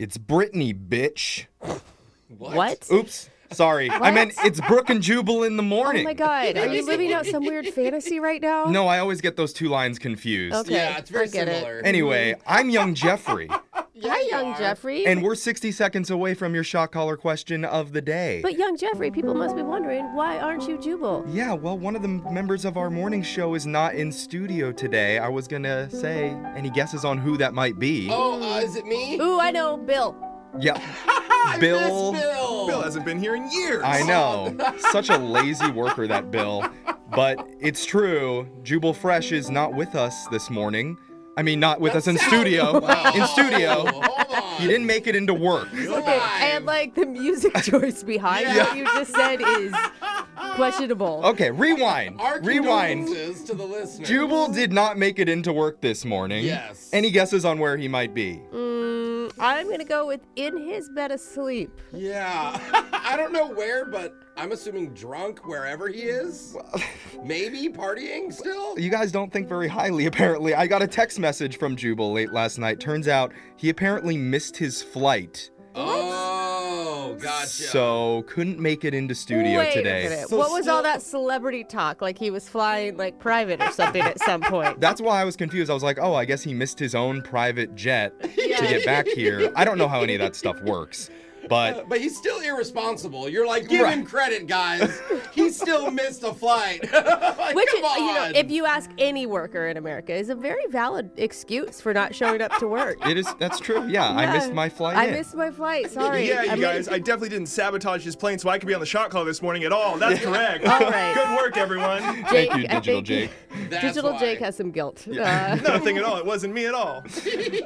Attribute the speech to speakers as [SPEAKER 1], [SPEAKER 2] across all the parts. [SPEAKER 1] It's Brittany, bitch.
[SPEAKER 2] What?
[SPEAKER 1] Oops. Sorry. I meant it's Brooke and Jubal in the
[SPEAKER 3] Oh
[SPEAKER 1] morning.
[SPEAKER 3] my God. Are you living out some weird fantasy right now?
[SPEAKER 1] No, I always get those two lines confused.
[SPEAKER 3] Okay.
[SPEAKER 2] Yeah, it's very
[SPEAKER 3] I get it.
[SPEAKER 2] similar.
[SPEAKER 1] Anyway, I'm Young Jeffrey,
[SPEAKER 2] Yeah,
[SPEAKER 3] Hi,
[SPEAKER 2] you
[SPEAKER 3] young
[SPEAKER 2] are.
[SPEAKER 3] Jeffrey.
[SPEAKER 1] and we're 60 seconds away from your shot caller question of the day.
[SPEAKER 3] but young Jeffrey, people must be wondering why aren't you Jubal?
[SPEAKER 1] Yeah, well, one of the members of our morning show is not in studio today. I was gonna say any guesses on who that might be.
[SPEAKER 2] Oh, uh, is it me?
[SPEAKER 3] Ooh, I know, Bill.
[SPEAKER 1] Yep.
[SPEAKER 2] I miss
[SPEAKER 1] Bill.
[SPEAKER 2] Bill.
[SPEAKER 4] Bill hasn't been here in years.
[SPEAKER 1] I know. Such a lazy worker, that Bill. But it's true. Jubal Fresh is not with us this morning. I mean, not with us in
[SPEAKER 2] That's-
[SPEAKER 1] studio.
[SPEAKER 2] Wow.
[SPEAKER 1] In studio.
[SPEAKER 2] Hold on.
[SPEAKER 1] He didn't make it into work.
[SPEAKER 3] Okay, and like the music choice behind what you just said is questionable.
[SPEAKER 1] Okay, rewind.
[SPEAKER 2] Our
[SPEAKER 1] Rewind.
[SPEAKER 2] condolences to the listeners.
[SPEAKER 1] Jubal did not make it into work this morning.
[SPEAKER 2] Yes.
[SPEAKER 1] Any guesses on where he might be?
[SPEAKER 3] Mm, I'm gonna go with in his bed asleep.
[SPEAKER 2] Yeah. I don't know where, but I'm assuming drunk wherever he is. Maybe partying still.
[SPEAKER 1] You guys don't think very highly, apparently. I got a text message from Jubal late last night. Turns out he apparently missed his flight,
[SPEAKER 2] Oh, gotcha.
[SPEAKER 1] so couldn't make it into studio
[SPEAKER 3] Wait
[SPEAKER 1] today.
[SPEAKER 3] a minute.
[SPEAKER 2] So
[SPEAKER 3] what was
[SPEAKER 2] still-
[SPEAKER 3] all that celebrity talk? Like he was flying like private or something at some point.
[SPEAKER 1] That's why I was confused. I was like, oh, I guess he missed his own private jet to get back here. I don't know how any of that stuff works, but
[SPEAKER 2] but he's still irresponsible. You're like, give him
[SPEAKER 1] Right.
[SPEAKER 2] credit, guys. he still missed a flight.
[SPEAKER 3] Which,
[SPEAKER 2] Come
[SPEAKER 3] is, you know,
[SPEAKER 2] on.
[SPEAKER 3] if you ask any worker in America, is a very valid excuse for not showing up to work.
[SPEAKER 1] it is that's true. Yeah, I missed
[SPEAKER 3] Yeah.
[SPEAKER 1] my flight.
[SPEAKER 3] I
[SPEAKER 1] in.
[SPEAKER 3] missed my flight. Sorry.
[SPEAKER 4] Yeah, you
[SPEAKER 3] I'm gonna-
[SPEAKER 4] guys, I definitely didn't sabotage his plane so I could be on the shot call this morning at all. That's correct.
[SPEAKER 3] All right.
[SPEAKER 4] Good work, everyone.
[SPEAKER 3] Jake,
[SPEAKER 1] Thank you,
[SPEAKER 3] I
[SPEAKER 1] Digital
[SPEAKER 3] think-
[SPEAKER 1] Jake.
[SPEAKER 2] That's
[SPEAKER 3] Digital
[SPEAKER 2] why.
[SPEAKER 3] Jake has some guilt. Uh,
[SPEAKER 4] Nothing at all. It wasn't me at all.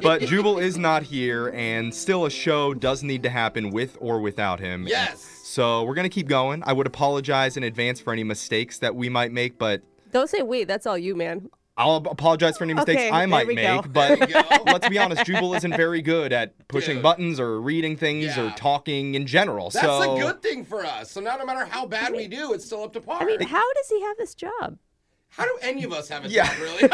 [SPEAKER 1] But Jubal is not here, and still a show does need to happen with or without him.
[SPEAKER 2] Yes.
[SPEAKER 1] So we're gonna keep going. I would apologize in advance for any mistakes that we might make, but
[SPEAKER 3] don't say we. That's all you, man.
[SPEAKER 1] I'll ap- apologize for any mistakes
[SPEAKER 3] Okay,
[SPEAKER 1] I
[SPEAKER 3] there
[SPEAKER 1] might
[SPEAKER 3] we
[SPEAKER 1] make.
[SPEAKER 3] go.
[SPEAKER 1] But
[SPEAKER 2] There you go.
[SPEAKER 1] let's be honest, Jubal isn't very good at pushing
[SPEAKER 2] Dude.
[SPEAKER 1] buttons or reading things or
[SPEAKER 2] Yeah.
[SPEAKER 1] talking in general.
[SPEAKER 2] That's
[SPEAKER 1] so
[SPEAKER 2] a good thing for us. So now, no matter how bad we do, it's still up to par.
[SPEAKER 3] I mean, how does he have this job?
[SPEAKER 2] how do any of us have it?
[SPEAKER 1] Yeah.
[SPEAKER 2] Yeah. really.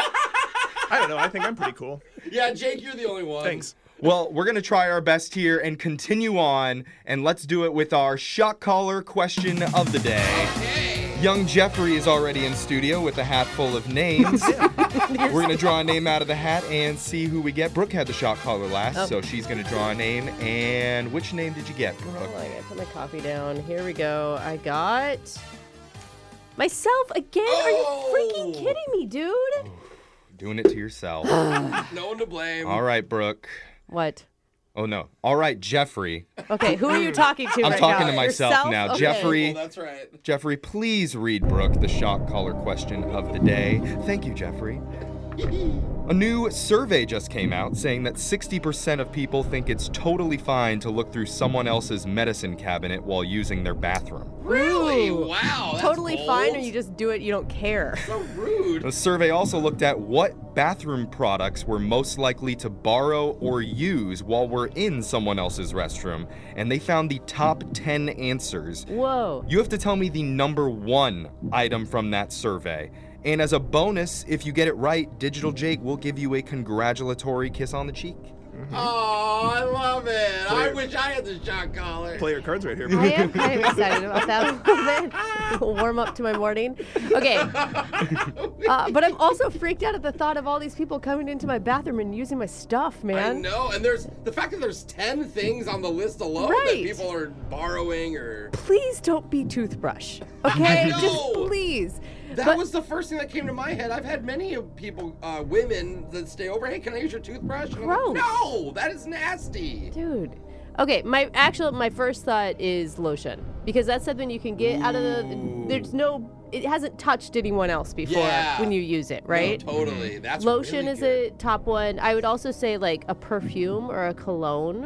[SPEAKER 4] I don't know. I think I'm pretty cool.
[SPEAKER 2] yeah, Jake, you're the only one.
[SPEAKER 4] Thanks.
[SPEAKER 1] Well, we're going to try our best here and continue on, and let's do it with our shock collar question of the day.
[SPEAKER 2] Hey.
[SPEAKER 1] Young Jeffrey is already in studio with a hat full of names. we're going to draw a name out of the hat and see who we get. Brooke had the shock collar last,
[SPEAKER 3] Oh.
[SPEAKER 1] so she's going to draw a name. And which name did you get, Brooke?
[SPEAKER 3] Hold on, I gotta put my coffee down. Here we go. I got myself again. Are you freaking
[SPEAKER 2] Oh.
[SPEAKER 3] kidding me, dude?
[SPEAKER 1] Doing it to yourself.
[SPEAKER 2] No one to blame.
[SPEAKER 1] All right, Brooke.
[SPEAKER 3] What?
[SPEAKER 1] Oh, no. All right, Jeffrey.
[SPEAKER 3] Okay, who are you talking to?
[SPEAKER 1] I'm
[SPEAKER 3] right
[SPEAKER 1] talking
[SPEAKER 3] now?
[SPEAKER 1] to myself
[SPEAKER 3] Yourself?
[SPEAKER 1] now.
[SPEAKER 3] Okay.
[SPEAKER 1] Jeffrey.
[SPEAKER 2] Well, that's right.
[SPEAKER 1] Jeffrey, please read Brooke the shock collar question of the day. Thank you, Jeffrey. A new survey just came out saying that 60% of people think it's totally fine to look through someone else's medicine cabinet while using their bathroom.
[SPEAKER 2] Really?
[SPEAKER 3] Ooh.
[SPEAKER 2] Wow. That's
[SPEAKER 3] Totally
[SPEAKER 2] bold.
[SPEAKER 3] fine, or you just do it. You don't care.
[SPEAKER 2] so rude.
[SPEAKER 1] The survey also looked at what bathroom products we're most likely to borrow or use while we're in someone else's restroom, and they found the top 10 answers.
[SPEAKER 3] Whoa.
[SPEAKER 1] You have to tell me the number one item from that survey. And as a bonus, if you get it right, Digital Jake will give you a congratulatory kiss on the cheek.
[SPEAKER 2] Oh, I love it. I wish I had the shot collar.
[SPEAKER 4] Play your cards right here.
[SPEAKER 3] I am kind of excited about that a little bit. We'll warm up to my morning. Okay. Uh, but I'm also freaked out at the thought of all these people coming into my bathroom and using my stuff,
[SPEAKER 2] I
[SPEAKER 3] man.
[SPEAKER 2] know, and there's the fact that there's ten things on the list alone that
[SPEAKER 3] Right.
[SPEAKER 2] people are borrowing, or
[SPEAKER 3] Please don't be toothbrush. Okay?
[SPEAKER 2] know.
[SPEAKER 3] Just please.
[SPEAKER 2] that
[SPEAKER 3] But-
[SPEAKER 2] was the first thing that came to my head. I've had many of people, uh, women, that stay over. Hey, can I use your toothbrush? And I'm like,
[SPEAKER 3] Gross.
[SPEAKER 2] no, that is nasty.
[SPEAKER 3] Dude. Okay, my actual my first thought is lotion because that's something you can get out of the. There's no. It hasn't touched anyone else before
[SPEAKER 2] Yeah.
[SPEAKER 3] when you use it,
[SPEAKER 2] No,
[SPEAKER 3] right?
[SPEAKER 2] Oh, totally.
[SPEAKER 4] Mm-hmm.
[SPEAKER 2] That's
[SPEAKER 3] Lotion
[SPEAKER 2] really
[SPEAKER 3] is
[SPEAKER 2] good.
[SPEAKER 3] a top one. I would also say like a perfume or a cologne,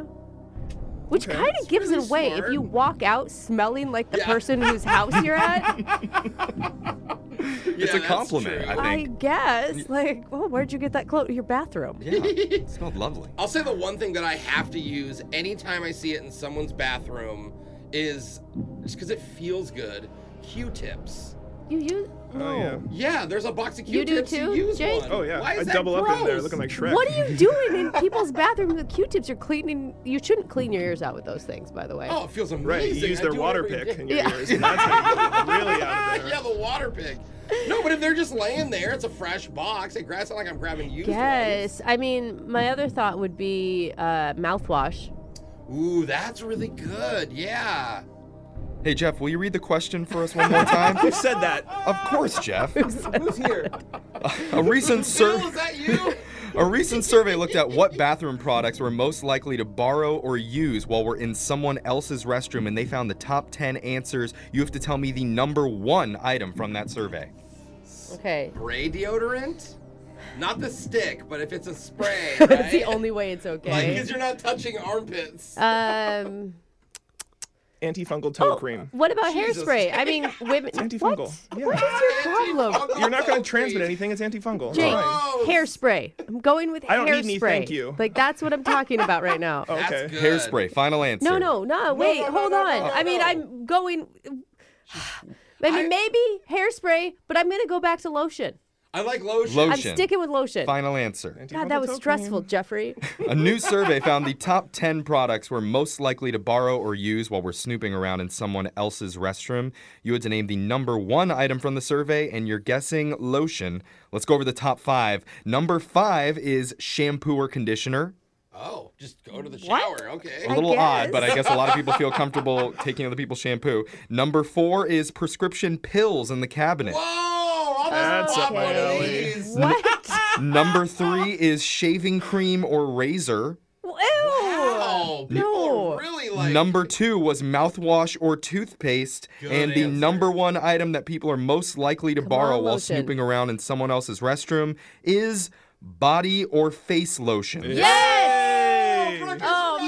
[SPEAKER 3] which kind
[SPEAKER 2] that's
[SPEAKER 3] of gives
[SPEAKER 2] really
[SPEAKER 3] it away
[SPEAKER 2] smart.
[SPEAKER 3] if you walk out smelling like the
[SPEAKER 2] Yeah.
[SPEAKER 3] person whose house you're at.
[SPEAKER 2] Yeah,
[SPEAKER 1] it's a
[SPEAKER 2] that's
[SPEAKER 1] compliment,
[SPEAKER 2] true.
[SPEAKER 1] I
[SPEAKER 3] I
[SPEAKER 1] think.
[SPEAKER 3] guess. Like, well, where'd you get that cloak? Your bathroom.
[SPEAKER 1] Yeah, it smelled lovely.
[SPEAKER 2] I'll say the one thing that I have to use anytime I see it in someone's bathroom is just because it feels good Q tips.
[SPEAKER 3] You use. No.
[SPEAKER 4] Oh, yeah.
[SPEAKER 2] Oh, Yeah, there's a box of
[SPEAKER 3] You do
[SPEAKER 2] Q-tips.
[SPEAKER 3] too,
[SPEAKER 2] use
[SPEAKER 3] Jake?
[SPEAKER 2] one.
[SPEAKER 4] Oh yeah,
[SPEAKER 2] Why is
[SPEAKER 4] I
[SPEAKER 2] that
[SPEAKER 4] double up in there,
[SPEAKER 2] gross?
[SPEAKER 4] looking like Shrek.
[SPEAKER 3] What are you doing in people's bathrooms with Q-tips? You're cleaning. You shouldn't clean your ears out with those things, by the way.
[SPEAKER 2] Oh, it feels amazing.
[SPEAKER 4] Right, you use
[SPEAKER 2] I
[SPEAKER 4] their
[SPEAKER 2] do
[SPEAKER 4] water
[SPEAKER 2] every
[SPEAKER 4] pick
[SPEAKER 2] day.
[SPEAKER 4] in your
[SPEAKER 3] Yeah.
[SPEAKER 4] ears, and that's how you get really out of there.
[SPEAKER 2] yeah, the water pick. No, but if they're just laying there, it's a fresh box. It grabs it like I'm grabbing used ones.
[SPEAKER 3] Yes. I mean, my other thought would be uh, mouthwash.
[SPEAKER 2] Ooh, that's really good. Yeah.
[SPEAKER 1] Hey, Jeff, will you read the question for us one more time?
[SPEAKER 4] Who said that?
[SPEAKER 1] of course, Jeff.
[SPEAKER 2] Who's here?
[SPEAKER 1] A recent
[SPEAKER 2] Bill,
[SPEAKER 1] survey.
[SPEAKER 2] is that you?
[SPEAKER 1] A recent survey looked at what bathroom products we're most likely to borrow or use while we're in someone else's restroom, and they found the top 10 answers. You have to tell me the number one item from that survey.
[SPEAKER 3] Okay.
[SPEAKER 2] Spray deodorant? Not the stick, but if it's a spray, right?
[SPEAKER 3] That's the only way it's
[SPEAKER 2] Like,
[SPEAKER 3] okay.
[SPEAKER 2] because you're not touching armpits.
[SPEAKER 3] um.
[SPEAKER 4] Antifungal toe cream.
[SPEAKER 3] Oh, What about
[SPEAKER 2] Jesus.
[SPEAKER 3] hairspray? I mean, women. What?
[SPEAKER 4] antifungal. Yeah.
[SPEAKER 3] What is your problem?
[SPEAKER 4] You're not going to transmit anything. It's antifungal.
[SPEAKER 3] Jake,
[SPEAKER 4] It's fine.
[SPEAKER 2] Gross.
[SPEAKER 3] hairspray. I'm going with
[SPEAKER 4] I don't
[SPEAKER 3] hairspray.
[SPEAKER 4] need any, thank you.
[SPEAKER 3] Like that's what I'm talking about right now.
[SPEAKER 4] Oh,
[SPEAKER 2] That's
[SPEAKER 4] okay.
[SPEAKER 2] good.
[SPEAKER 1] Hairspray, final answer.
[SPEAKER 3] No, no, no. Wait,
[SPEAKER 2] no, no,
[SPEAKER 3] hold
[SPEAKER 2] no,
[SPEAKER 3] on.
[SPEAKER 2] no,
[SPEAKER 3] I mean,
[SPEAKER 2] no.
[SPEAKER 3] I'm going. I mean, maybe hairspray, but I'm gonna go back to lotion.
[SPEAKER 2] I like lotion.
[SPEAKER 3] I'm
[SPEAKER 1] Lotion.
[SPEAKER 3] sticking with lotion.
[SPEAKER 1] Final answer.
[SPEAKER 3] God, that was stressful, Jeffrey.
[SPEAKER 1] A new survey found the top 10 products we're most likely to borrow or use while we're snooping around in someone else's restroom. You had to name the number one item from the survey, and you're guessing lotion. Let's go over the top five. Number five is shampoo or conditioner.
[SPEAKER 2] Oh, just go to the
[SPEAKER 3] What?
[SPEAKER 2] shower. Okay.
[SPEAKER 1] A little odd,
[SPEAKER 3] guess.
[SPEAKER 1] but I guess a lot of people feel comfortable taking other people's shampoo. Number four is prescription pills in the cabinet.
[SPEAKER 2] Whoa! I'll
[SPEAKER 4] That's
[SPEAKER 2] just pop
[SPEAKER 4] up
[SPEAKER 2] one
[SPEAKER 4] my
[SPEAKER 2] of
[SPEAKER 4] alley.
[SPEAKER 2] these.
[SPEAKER 3] What?
[SPEAKER 1] Number three is shaving cream or razor.
[SPEAKER 3] Ew.
[SPEAKER 2] Wow, people
[SPEAKER 3] No.
[SPEAKER 2] are really like
[SPEAKER 1] number two was mouthwash or toothpaste.
[SPEAKER 2] Good
[SPEAKER 1] and the
[SPEAKER 2] answer.
[SPEAKER 1] number one item that people are most likely to borrow
[SPEAKER 3] on,
[SPEAKER 1] while
[SPEAKER 3] lotion.
[SPEAKER 1] snooping around in someone else's restroom is body or face lotion.
[SPEAKER 2] Oh, Brooke is
[SPEAKER 3] Oh
[SPEAKER 2] right.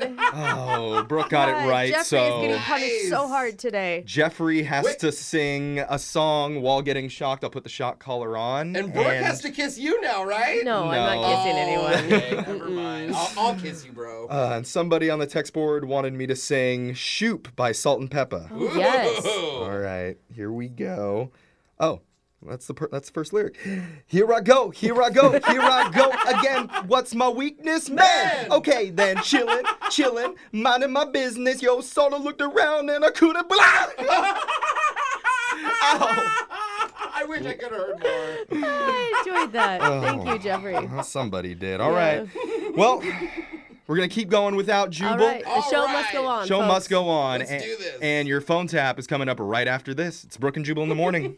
[SPEAKER 3] man.
[SPEAKER 1] Oh, Brooke got
[SPEAKER 3] God,
[SPEAKER 1] it right.
[SPEAKER 3] Jeffrey's
[SPEAKER 1] so.
[SPEAKER 3] getting punished so
[SPEAKER 2] Nice.
[SPEAKER 3] hard today.
[SPEAKER 1] Jeffrey has
[SPEAKER 2] Wait.
[SPEAKER 1] to sing a song while getting shocked. I'll put the shock collar on.
[SPEAKER 2] And Brooke has to kiss you now, right?
[SPEAKER 3] No, I'm
[SPEAKER 1] No.
[SPEAKER 3] not kissing anyone.
[SPEAKER 2] Oh, Okay, never mind. I'll, I'll kiss you, bro.
[SPEAKER 1] Uh, and somebody on the text board wanted me to sing Shoop by Salt and
[SPEAKER 3] Oh.
[SPEAKER 1] Peppa.
[SPEAKER 3] yes.
[SPEAKER 2] Ooh.
[SPEAKER 1] All right, here we go. Oh, that's the per- that's the first lyric. Here I go, here I go, here I go again. What's my weakness, man?
[SPEAKER 2] Man!
[SPEAKER 1] Okay, then chillin', chillin', minding my business. Yo, sorta looked around and I couldn't. Ow.
[SPEAKER 2] I wish I could have heard more.
[SPEAKER 3] I enjoyed that. Thank
[SPEAKER 1] Oh.
[SPEAKER 3] you, Jeffrey.
[SPEAKER 1] Well, somebody did. All right. Well, we're gonna keep going without Jubal.
[SPEAKER 3] All right, the
[SPEAKER 2] All
[SPEAKER 3] show must go
[SPEAKER 2] right.
[SPEAKER 3] on.
[SPEAKER 1] Show
[SPEAKER 3] folks.
[SPEAKER 1] must go on.
[SPEAKER 2] Let's
[SPEAKER 1] and,
[SPEAKER 2] do this.
[SPEAKER 1] and your phone tap is coming up right after this. It's Brooke and Jubal in the morning.